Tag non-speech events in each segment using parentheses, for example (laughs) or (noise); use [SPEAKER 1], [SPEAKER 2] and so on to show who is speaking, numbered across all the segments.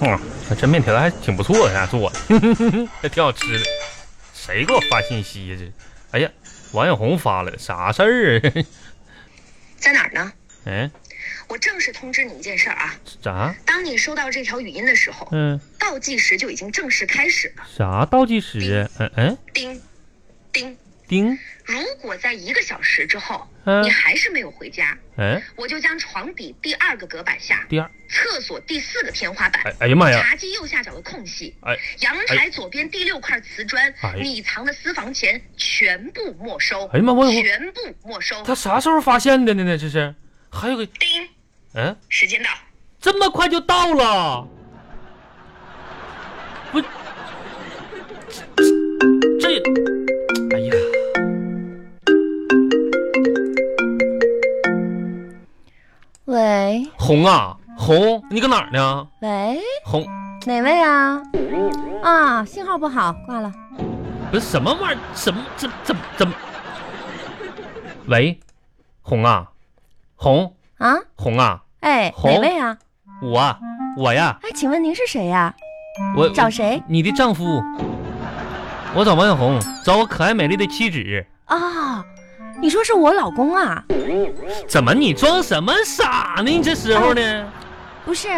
[SPEAKER 1] 嗯，这面条还挺不错的，还做的，还挺好吃的。谁给我发信息呀？这，哎呀，王小红发来的，啥事儿啊？ (laughs)
[SPEAKER 2] 在哪儿呢？
[SPEAKER 1] 嗯，
[SPEAKER 2] 我正式通知你一件事儿啊，
[SPEAKER 1] 啥？
[SPEAKER 2] 当你收到这条语音的时候，
[SPEAKER 1] 嗯，
[SPEAKER 2] 倒计时就已经正式开始了。
[SPEAKER 1] 啥倒计时？嗯嗯，
[SPEAKER 2] 叮，叮，
[SPEAKER 1] 叮，
[SPEAKER 2] 如果在一个小时之后
[SPEAKER 1] 嗯
[SPEAKER 2] 你还是没有回家，
[SPEAKER 1] 嗯，
[SPEAKER 2] 我就将床底第二个隔板下、
[SPEAKER 1] 第二，
[SPEAKER 2] 厕所第四个天花板
[SPEAKER 1] 哎、哎呀妈呀，
[SPEAKER 2] 茶几右下角的空隙、
[SPEAKER 1] 哎
[SPEAKER 2] 阳台左边第六块瓷砖、
[SPEAKER 1] 哎
[SPEAKER 2] 你藏的私房钱全部没收，
[SPEAKER 1] 哎呀妈，王小红，
[SPEAKER 2] 全部没收。
[SPEAKER 1] 他啥时候发现的呢？呢这是，还有个，
[SPEAKER 2] 叮，
[SPEAKER 1] 嗯，
[SPEAKER 2] 时间到。
[SPEAKER 1] 这么快就到了，不，这这，这哎呀，
[SPEAKER 3] 喂
[SPEAKER 1] 红啊红，你搁哪儿呢？
[SPEAKER 3] 喂，
[SPEAKER 1] 红，
[SPEAKER 3] 哪位啊？啊，信号不好，挂了。
[SPEAKER 1] 不是什么玩意儿，什么这怎怎么？喂，红啊，红
[SPEAKER 3] 啊，
[SPEAKER 1] 红啊，
[SPEAKER 3] 哎，
[SPEAKER 1] 红
[SPEAKER 3] 哪位啊？
[SPEAKER 1] 我啊我呀，
[SPEAKER 3] 哎，请问您是谁呀、
[SPEAKER 1] 我
[SPEAKER 3] 找谁？
[SPEAKER 1] 你的丈夫，我找王小红，找我可爱美丽的妻子。
[SPEAKER 3] 哦，你说是我老公啊？
[SPEAKER 1] 怎么你装什么傻呢？你这时候呢？
[SPEAKER 3] 不是，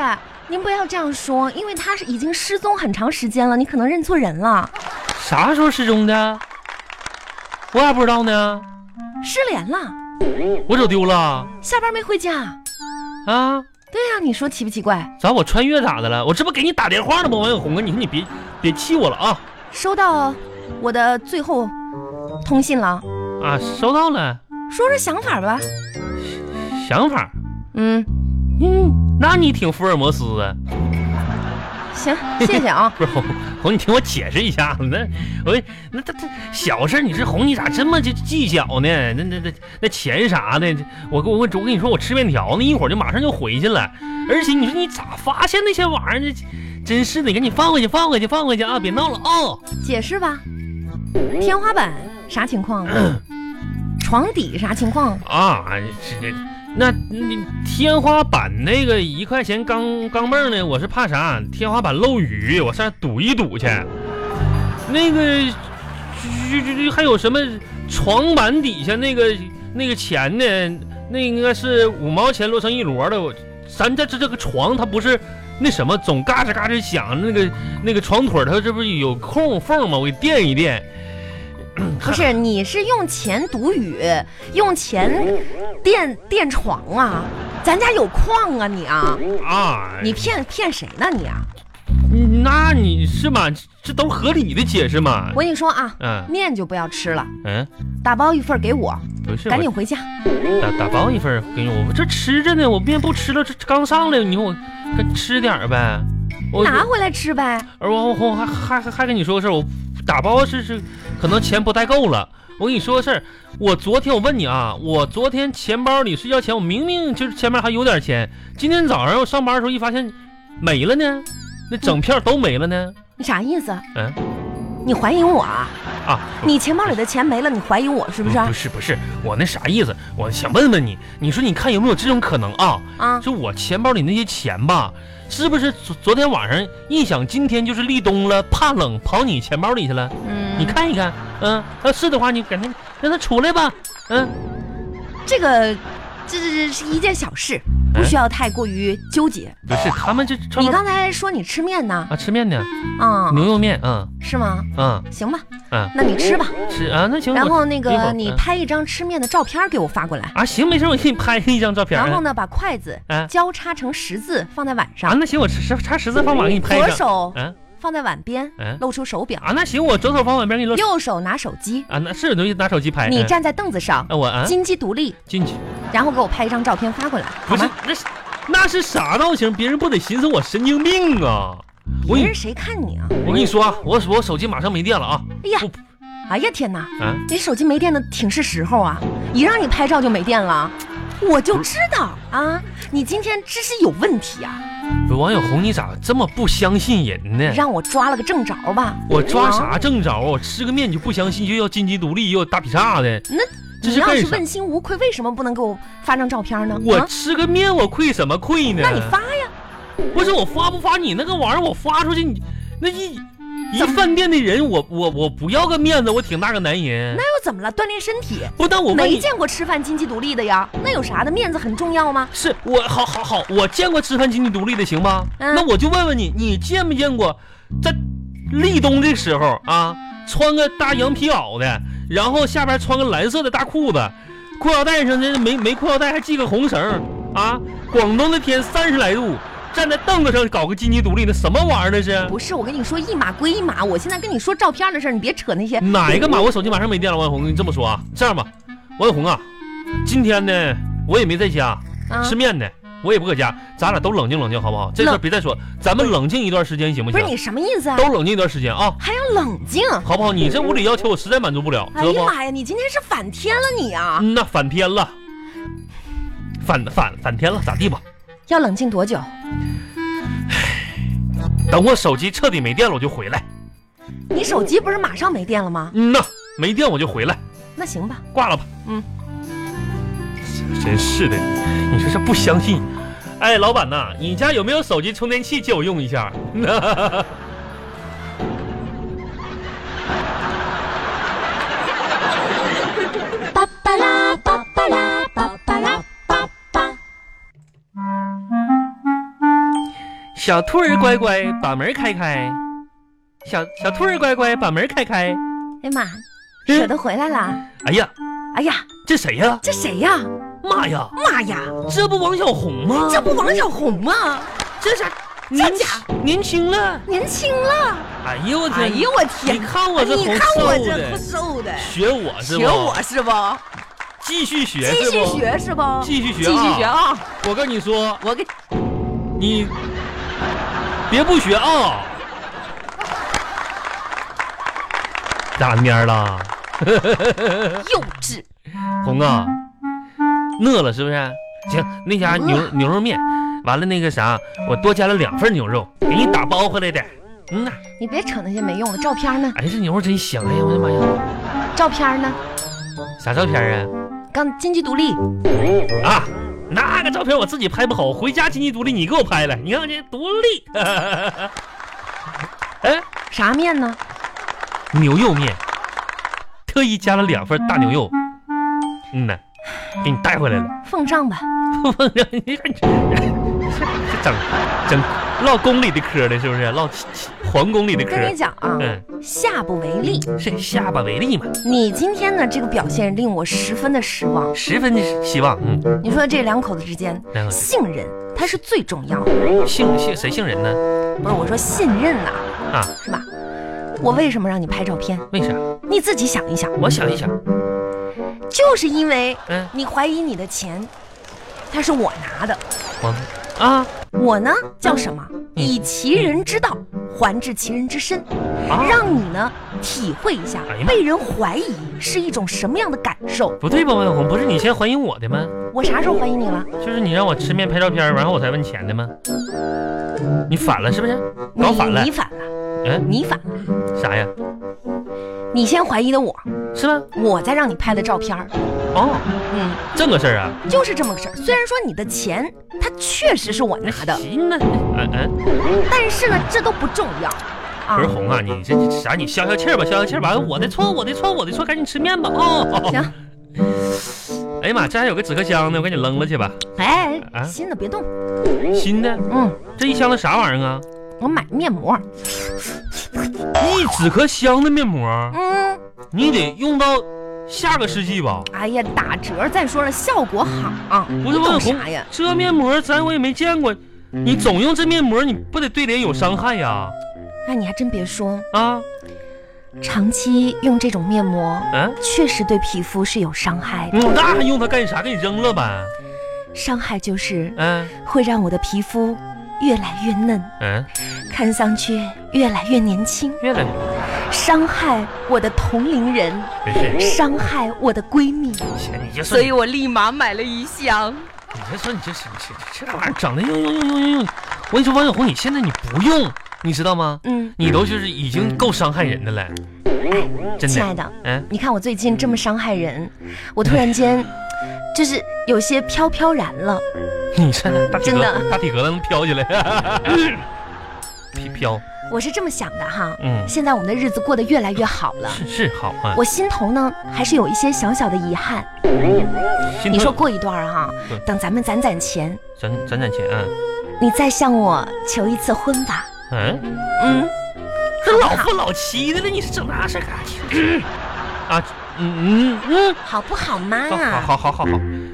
[SPEAKER 3] 您不要这样说，因为他是已经失踪很长时间了，你可能认错人了，
[SPEAKER 1] 啥时候失踪的？我咋不知道呢？
[SPEAKER 3] 失联了，
[SPEAKER 1] 我走丢了
[SPEAKER 3] 下班没回家。
[SPEAKER 1] 啊？
[SPEAKER 3] 对呀、你说奇不奇怪？
[SPEAKER 1] 咋我穿越咋的了？我这不给你打电话呢吗？王小红啊，你说你别别气我了啊
[SPEAKER 3] 收到我的最后通信了，
[SPEAKER 1] 啊！收到了，
[SPEAKER 3] 说说想法吧。
[SPEAKER 1] 想法，
[SPEAKER 3] 嗯，
[SPEAKER 1] 嗯，那你挺福尔摩斯啊。
[SPEAKER 3] 行，谢谢
[SPEAKER 1] (laughs) 。
[SPEAKER 3] 啊
[SPEAKER 1] 不是红红，你听我解释一下子，那我那他他小事儿，你这红你咋这么就计较呢？那那那那钱啥的，我跟我我跟你说，我吃面条呢，一会儿就马上就回去了。而且你说你咋发现那些玩意儿？这真是的，赶紧放回去，放回去，放回去啊！别闹了啊、
[SPEAKER 3] 解释吧，天花板啥情况？床底啥情况？
[SPEAKER 1] 啊！这这那你天花板那个一块钱钢钢镚儿呢？我是怕啥？天花板漏雨，我上堵一堵去。那个这这这还有什么床板底下那个那个钱呢？那应该是五毛钱摞成一摞的。我咱这这这个床它不是那什么，总嘎吱嘎吱响。那个那个床腿儿它这不是有空缝吗？我给垫一垫。
[SPEAKER 3] 不是，你是用钱堵雨，用钱垫垫床啊？咱家有矿啊你啊？
[SPEAKER 1] 啊，
[SPEAKER 3] 你骗骗谁呢你啊？
[SPEAKER 1] 嗯那你是嘛？这这都是合理的解释嘛？
[SPEAKER 3] 我跟你说啊，
[SPEAKER 1] 嗯
[SPEAKER 3] 面就不要吃了，
[SPEAKER 1] 嗯，
[SPEAKER 3] 打包一份给我，
[SPEAKER 1] 不是，
[SPEAKER 3] 赶紧回家。
[SPEAKER 1] 我打打包一份儿给我，我这吃着呢，我面不吃了，这这刚上来，你说我跟吃点儿呗。我
[SPEAKER 3] 拿回来吃呗。
[SPEAKER 1] 而王红还还还还跟你说个事儿，我打包是是可能钱不带够了。我跟你说个事儿，我昨天我问你啊，我昨天钱包里睡觉前我明明就是前面还有点钱，今天早上我上班的时候一发现没了呢，那整票都没了呢。
[SPEAKER 3] 你啥意思？
[SPEAKER 1] 嗯
[SPEAKER 3] 你怀疑我啊？
[SPEAKER 1] 啊，
[SPEAKER 3] 你钱包里的钱没了，你怀疑我是不是？啊
[SPEAKER 1] 哦不是不是，我那啥意思，我想问问你，你说你看有没有这种可能啊？
[SPEAKER 3] 啊，
[SPEAKER 1] 就我钱包里那些钱吧，是不是昨昨天晚上一想今天就是立冬了，怕冷跑你钱包里去了？
[SPEAKER 3] 嗯，
[SPEAKER 1] 你看一看，嗯，要是的话你赶紧让它出来吧，嗯，
[SPEAKER 3] 这个，这这这是一件小事，不需要太过于纠结。
[SPEAKER 1] 不是他们这专
[SPEAKER 3] 你
[SPEAKER 1] 门
[SPEAKER 3] 刚才说你吃面呢？
[SPEAKER 1] 啊吃面呢，
[SPEAKER 3] 啊、
[SPEAKER 1] 牛肉面，嗯
[SPEAKER 3] 是吗？
[SPEAKER 1] 嗯
[SPEAKER 3] 行吧，
[SPEAKER 1] 嗯，
[SPEAKER 3] 那你吃吧。
[SPEAKER 1] 吃啊那行，
[SPEAKER 3] 然
[SPEAKER 1] 我
[SPEAKER 3] 后那
[SPEAKER 1] 一会
[SPEAKER 3] 个
[SPEAKER 1] 儿
[SPEAKER 3] 你
[SPEAKER 1] 嗯
[SPEAKER 3] 拍一张吃面的照片给我发过来。
[SPEAKER 1] 啊行没事，我给你拍一张照片儿，
[SPEAKER 3] 然后呢，把筷子
[SPEAKER 1] 嗯
[SPEAKER 3] 交叉成十字放在碗
[SPEAKER 1] 啊
[SPEAKER 3] 上，
[SPEAKER 1] 那行我插插十字方碗给你拍一
[SPEAKER 3] 左
[SPEAKER 1] 张，
[SPEAKER 3] 手
[SPEAKER 1] 嗯
[SPEAKER 3] 放在碗边，
[SPEAKER 1] 嗯
[SPEAKER 3] 露出手表，
[SPEAKER 1] 啊那行我左手方碗边给你露
[SPEAKER 3] 右手拿手机，
[SPEAKER 1] 啊那是东西拿手机拍，
[SPEAKER 3] 你
[SPEAKER 1] 嗯
[SPEAKER 3] 站在凳子上，
[SPEAKER 1] 啊我啊
[SPEAKER 3] 金鸡独立，
[SPEAKER 1] 进去。
[SPEAKER 3] 然后给我拍一张照片发过来，好
[SPEAKER 1] 不是
[SPEAKER 3] 吗？，
[SPEAKER 1] 那是那是啥造型？别人不得寻思我神经病啊！我跟
[SPEAKER 3] 别
[SPEAKER 1] 你
[SPEAKER 3] 人谁看你啊？
[SPEAKER 1] 我跟你说啊，我我手机马上没电了啊！
[SPEAKER 3] 哎呀
[SPEAKER 1] 不，
[SPEAKER 3] 哎呀天哪！
[SPEAKER 1] 啊，
[SPEAKER 3] 你手机没电的挺是时候啊！一让你拍照就没电了，我就知道啊，你今天真是有问题啊！
[SPEAKER 1] 不是王小红，你咋这么不相信人呢？
[SPEAKER 3] 让我抓了个正着吧。
[SPEAKER 1] 哎我抓啥
[SPEAKER 3] 啊？
[SPEAKER 1] 正着啊？我吃个面你就不相信，又要金鸡独立，又要大劈叉的，
[SPEAKER 3] 那
[SPEAKER 1] 这
[SPEAKER 3] 你
[SPEAKER 1] 是
[SPEAKER 3] 要
[SPEAKER 1] 干
[SPEAKER 3] 是
[SPEAKER 1] 啥
[SPEAKER 3] 问？心无愧，为什么不能给我发张照片呢？
[SPEAKER 1] 我啊
[SPEAKER 3] 啊
[SPEAKER 1] 吃个面我愧什么愧呢？
[SPEAKER 3] 那你发呀，
[SPEAKER 1] 不是我发不发你那个玩意儿，我发出去你那一一饭店的人，我我我不要个面子，我挺大个男人。
[SPEAKER 3] 那又怎么了？锻炼身体，
[SPEAKER 1] 不但我问
[SPEAKER 3] 没
[SPEAKER 1] 你，
[SPEAKER 3] 见过吃饭经济独立的呀，那有啥的？面子很重要吗？
[SPEAKER 1] 是我好好好，我见过吃饭经济独立的，行吗？
[SPEAKER 3] 嗯
[SPEAKER 1] 那我就问问你，你见没见过在立冬的时候啊，穿个大羊皮袄的，然后下边穿个蓝色的大裤子，裤腰带上这没没裤腰带还系个红绳儿啊？广东的天三十来度，站在凳子上搞个经济独立，那什么玩意儿那是？
[SPEAKER 3] 不是，我跟你说一码归一码，我现在跟你说照片的事儿，你别扯那些。
[SPEAKER 1] 哪一个码？我手机马上没电了，王小红，你这么说啊？这样吧，王小红啊，今天呢我也没在家，
[SPEAKER 3] 啊
[SPEAKER 1] 吃面呢，我也不搁家，咱俩都冷静冷静好不好？这事儿
[SPEAKER 3] 冷
[SPEAKER 1] 别再说，咱们冷静一段时间行不
[SPEAKER 3] 不
[SPEAKER 1] 行
[SPEAKER 3] 是？你什么意思啊？
[SPEAKER 1] 都冷静一段时间啊，
[SPEAKER 3] 还要冷静？
[SPEAKER 1] 好不好？你这无理要求我实在满足不了，
[SPEAKER 3] 嗯哎
[SPEAKER 1] 知道
[SPEAKER 3] 呀
[SPEAKER 1] 不？
[SPEAKER 3] 妈呀，你今天是反天了你啊！
[SPEAKER 1] 嗯，那反偏了，反反反偏了，咋地吧？
[SPEAKER 3] 要冷静多久？
[SPEAKER 1] 等我手机彻底没电了，我就回来。
[SPEAKER 3] 你手机不是马上没电了吗？
[SPEAKER 1] 嗯呐，没电我就回来，
[SPEAKER 3] 那行吧，
[SPEAKER 1] 挂了吧。
[SPEAKER 3] 嗯，
[SPEAKER 1] 真是的，你说这不相信。哎，老板呐，你家有没有手机充电器借我用一下？
[SPEAKER 4] 巴巴拉巴巴拉巴巴拉巴巴。
[SPEAKER 1] 小兔儿乖乖，
[SPEAKER 3] 嗯
[SPEAKER 1] 把门开开。小小兔儿乖乖，把门开开。
[SPEAKER 3] 哎妈，
[SPEAKER 1] 嗯
[SPEAKER 3] 舍得回来了！
[SPEAKER 1] 哎呀，
[SPEAKER 3] 哎呀，
[SPEAKER 1] 这谁呀？
[SPEAKER 3] 这谁呀？
[SPEAKER 1] 妈呀，
[SPEAKER 3] 妈呀，
[SPEAKER 1] 这不王小红吗？
[SPEAKER 3] 这不王小红吗？
[SPEAKER 1] 这是
[SPEAKER 3] 这
[SPEAKER 1] 年
[SPEAKER 3] 家
[SPEAKER 1] 轻年轻了。
[SPEAKER 3] 年轻了！
[SPEAKER 1] 哎呦我天！
[SPEAKER 3] 哎呦我天！
[SPEAKER 1] 你
[SPEAKER 3] 哎
[SPEAKER 1] 看我这
[SPEAKER 3] 你
[SPEAKER 1] 红
[SPEAKER 3] 看我
[SPEAKER 1] 瘦
[SPEAKER 3] 这不
[SPEAKER 1] 的，
[SPEAKER 3] 瘦的，
[SPEAKER 1] 学我是不？
[SPEAKER 3] 学我是不？
[SPEAKER 1] 继续学
[SPEAKER 3] 继
[SPEAKER 1] 是
[SPEAKER 3] 续
[SPEAKER 1] 不？
[SPEAKER 3] 学是不？
[SPEAKER 1] 继续学
[SPEAKER 3] 继续学
[SPEAKER 1] 啊！
[SPEAKER 3] 啊！
[SPEAKER 1] 我跟你说，
[SPEAKER 3] 我给
[SPEAKER 1] 你别不学啊！ (laughs) 咋蔫儿了，哎
[SPEAKER 3] 幼稚。
[SPEAKER 1] 红啊？饿了是不是？行，那家牛
[SPEAKER 3] 饿
[SPEAKER 1] 牛肉面，完了那个啥，我多加了两份牛肉，给你打包回来的。嗯呐，
[SPEAKER 3] 你别扯那些没用的。照片呢？
[SPEAKER 1] 哎，这牛肉真香！哎呀，我的妈呀，
[SPEAKER 3] 照片呢？
[SPEAKER 1] 啥照片啊？
[SPEAKER 3] 刚经济独立，
[SPEAKER 1] 啊，那个照片我自己拍不好，回家经济独立你给我拍来，你看这独立。哎，
[SPEAKER 3] 啥面呢？
[SPEAKER 1] (laughs) 牛肉面，特意加了两份大牛肉。嗯呐，给你带回来了。 (laughs)
[SPEAKER 3] 奉上吧。
[SPEAKER 1] 你看这这整整唠宫里的嗑了，是不是？唠皇宫里的
[SPEAKER 3] 跟你
[SPEAKER 1] 嗑。
[SPEAKER 3] 讲啊，
[SPEAKER 1] 嗯
[SPEAKER 3] 下不为例。
[SPEAKER 1] 是下巴为例嘛，
[SPEAKER 3] 你今天呢这个表现令我十分的失望。
[SPEAKER 1] 十分的希望。嗯，
[SPEAKER 3] 你说这两口子之间，
[SPEAKER 1] 两口子
[SPEAKER 3] 信任它是最重要的。
[SPEAKER 1] 姓姓谁姓人呢？
[SPEAKER 3] 不是我说信任呐、
[SPEAKER 1] 啊，
[SPEAKER 3] 是吧？我为什么让你拍照片？
[SPEAKER 1] 为啥？
[SPEAKER 3] 你自己想一想，
[SPEAKER 1] 我想一想，
[SPEAKER 3] 就是因为
[SPEAKER 1] 嗯，
[SPEAKER 3] 你怀疑你的钱，它是我拿的。
[SPEAKER 1] 王啊
[SPEAKER 3] 我呢叫什么？
[SPEAKER 1] 嗯
[SPEAKER 3] 以其人之道还治其人之身，
[SPEAKER 1] 啊，
[SPEAKER 3] 让你呢体会一下
[SPEAKER 1] 哎呀妈
[SPEAKER 3] 被人怀疑是一种什么样的感受。
[SPEAKER 1] 不对吧，王小红？不是你先怀疑我的吗？
[SPEAKER 3] 我啥时候怀疑你了？
[SPEAKER 1] 就是你让我吃面拍照片，然后我才问钱的吗？你反了是不是？搞反了
[SPEAKER 3] 你？反了，
[SPEAKER 1] 嗯，
[SPEAKER 3] 你反了，
[SPEAKER 1] 啥呀？
[SPEAKER 3] 你先怀疑的我，
[SPEAKER 1] 是吗？
[SPEAKER 3] 我再让你拍的照片儿，
[SPEAKER 1] 哦，
[SPEAKER 3] 嗯，
[SPEAKER 1] 这个事儿啊，
[SPEAKER 3] 就是这么个事儿。虽然说你的钱它确实是我拿的，
[SPEAKER 1] 哎行那嗯嗯，
[SPEAKER 3] 但是呢，这都不重要
[SPEAKER 1] 不是
[SPEAKER 3] 啊。
[SPEAKER 1] 红啊，你这这啥？你消消气儿吧，消消气儿吧。我的错，我的错，我的错，赶紧吃面吧。哦，
[SPEAKER 3] 行，
[SPEAKER 1] 哎呀妈，这还有个纸壳箱呢，我给你扔了去吧。
[SPEAKER 3] 哎
[SPEAKER 1] 啊，
[SPEAKER 3] 新的别动，
[SPEAKER 1] 新的，
[SPEAKER 3] 嗯，
[SPEAKER 1] 这一箱子啥玩意儿啊？
[SPEAKER 3] 我买面膜，
[SPEAKER 1] 一纸壳箱的面膜，
[SPEAKER 3] 嗯，
[SPEAKER 1] 你得用到下个世纪吧？
[SPEAKER 3] 哎呀，打折，再说了，效果好啊，
[SPEAKER 1] 不是问
[SPEAKER 3] 你懂
[SPEAKER 1] 红
[SPEAKER 3] 啥呀？，
[SPEAKER 1] 这面膜咱我也没见过，你总用这面膜，你不得对脸有伤害呀？
[SPEAKER 3] 哎，你还真别说，
[SPEAKER 1] 啊，
[SPEAKER 3] 长期用这种面膜，
[SPEAKER 1] 嗯、
[SPEAKER 3] 确实对皮肤是有伤害的。
[SPEAKER 1] 嗯，那还用它干啥？给你扔了呗。
[SPEAKER 3] 伤害就是
[SPEAKER 1] 嗯
[SPEAKER 3] 会让我的皮肤越来越嫩，
[SPEAKER 1] 嗯，
[SPEAKER 3] 看上去越来越年轻，
[SPEAKER 1] 越来越
[SPEAKER 3] 伤害我的同龄人，
[SPEAKER 1] 没事。
[SPEAKER 3] 伤害我的闺蜜，
[SPEAKER 1] 你就说
[SPEAKER 3] 所
[SPEAKER 1] 你，
[SPEAKER 3] 以我立马买了一箱。
[SPEAKER 1] 你就说你这这这这玩意儿整的用用用用用用。我跟你说，王小红，你现在你不用，你知道吗？
[SPEAKER 3] 嗯，
[SPEAKER 1] 你都就是已经够伤害人的了，真
[SPEAKER 3] 亲爱
[SPEAKER 1] 的。
[SPEAKER 3] 的，
[SPEAKER 1] 嗯， (laughs)
[SPEAKER 3] 你看我最近这么伤害人，我突然间就是有些飘飘然了。
[SPEAKER 1] 你这大体
[SPEAKER 3] 嗯真
[SPEAKER 1] 格
[SPEAKER 3] 的
[SPEAKER 1] 大体格子能飘起来， (laughs) 飘飘，
[SPEAKER 3] 我是这么想的哈，
[SPEAKER 1] 嗯，
[SPEAKER 3] 现在我们的日子过得越来越好了。
[SPEAKER 1] 是是好啊。
[SPEAKER 3] 我心头呢，还是有一些小小的遗憾。
[SPEAKER 1] 心
[SPEAKER 3] 你
[SPEAKER 1] 疼
[SPEAKER 3] 说过一段儿哈、
[SPEAKER 1] 嗯
[SPEAKER 3] 等咱们攒攒钱，
[SPEAKER 1] 攒攒攒钱啊，
[SPEAKER 3] 你再向我求一次婚吧。
[SPEAKER 1] 嗯，
[SPEAKER 3] 嗯，
[SPEAKER 1] 这老夫老妻的了，你是整那事儿干去？啊，嗯嗯嗯。
[SPEAKER 3] 好不好啊嘛？
[SPEAKER 1] 好好好好好好，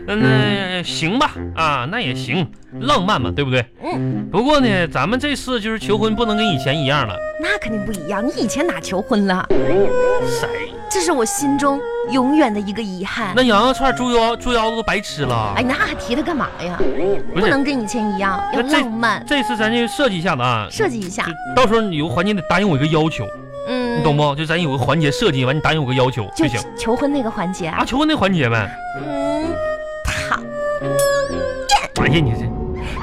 [SPEAKER 1] 那那行吧，啊，那也行，浪漫嘛，对不对？
[SPEAKER 3] 嗯。
[SPEAKER 1] 不过呢，咱们这次就是求婚不能跟以前一样了，
[SPEAKER 3] 那肯定不一样。你以前哪求婚了？
[SPEAKER 1] 谁？
[SPEAKER 3] 这是我心中永远的一个遗憾
[SPEAKER 1] 那。羊肉串、猪腰、猪腰子都白吃了。
[SPEAKER 3] 哎，那还提它干嘛呀？
[SPEAKER 1] 不
[SPEAKER 3] 不
[SPEAKER 1] 是，
[SPEAKER 3] 能跟以前一样，要
[SPEAKER 1] 那这
[SPEAKER 3] 浪漫，
[SPEAKER 1] 这次咱就设计一下子啊，
[SPEAKER 3] 设计一下
[SPEAKER 1] 就。到时候你有个环节得答应我一个要求，
[SPEAKER 3] 嗯，
[SPEAKER 1] 你懂？不？就咱有个环节设计完，你答应我个要求就
[SPEAKER 3] 就
[SPEAKER 1] 行。
[SPEAKER 3] 求婚那个环节
[SPEAKER 1] 啊，
[SPEAKER 3] 啊。
[SPEAKER 1] 求婚那环节呗。
[SPEAKER 3] 嗯，好，
[SPEAKER 1] 哎呀，你这，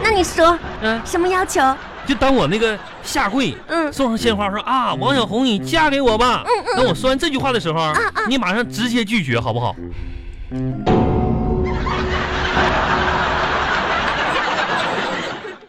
[SPEAKER 3] 那你说
[SPEAKER 1] 嗯，
[SPEAKER 3] 什么要求？
[SPEAKER 1] 就当我那个下跪，
[SPEAKER 3] 嗯，
[SPEAKER 1] 送上鲜花说啊，王小红，你嫁给我吧。等我说完这句话的时候，
[SPEAKER 3] 嗯
[SPEAKER 1] 你马上直接拒绝好不好？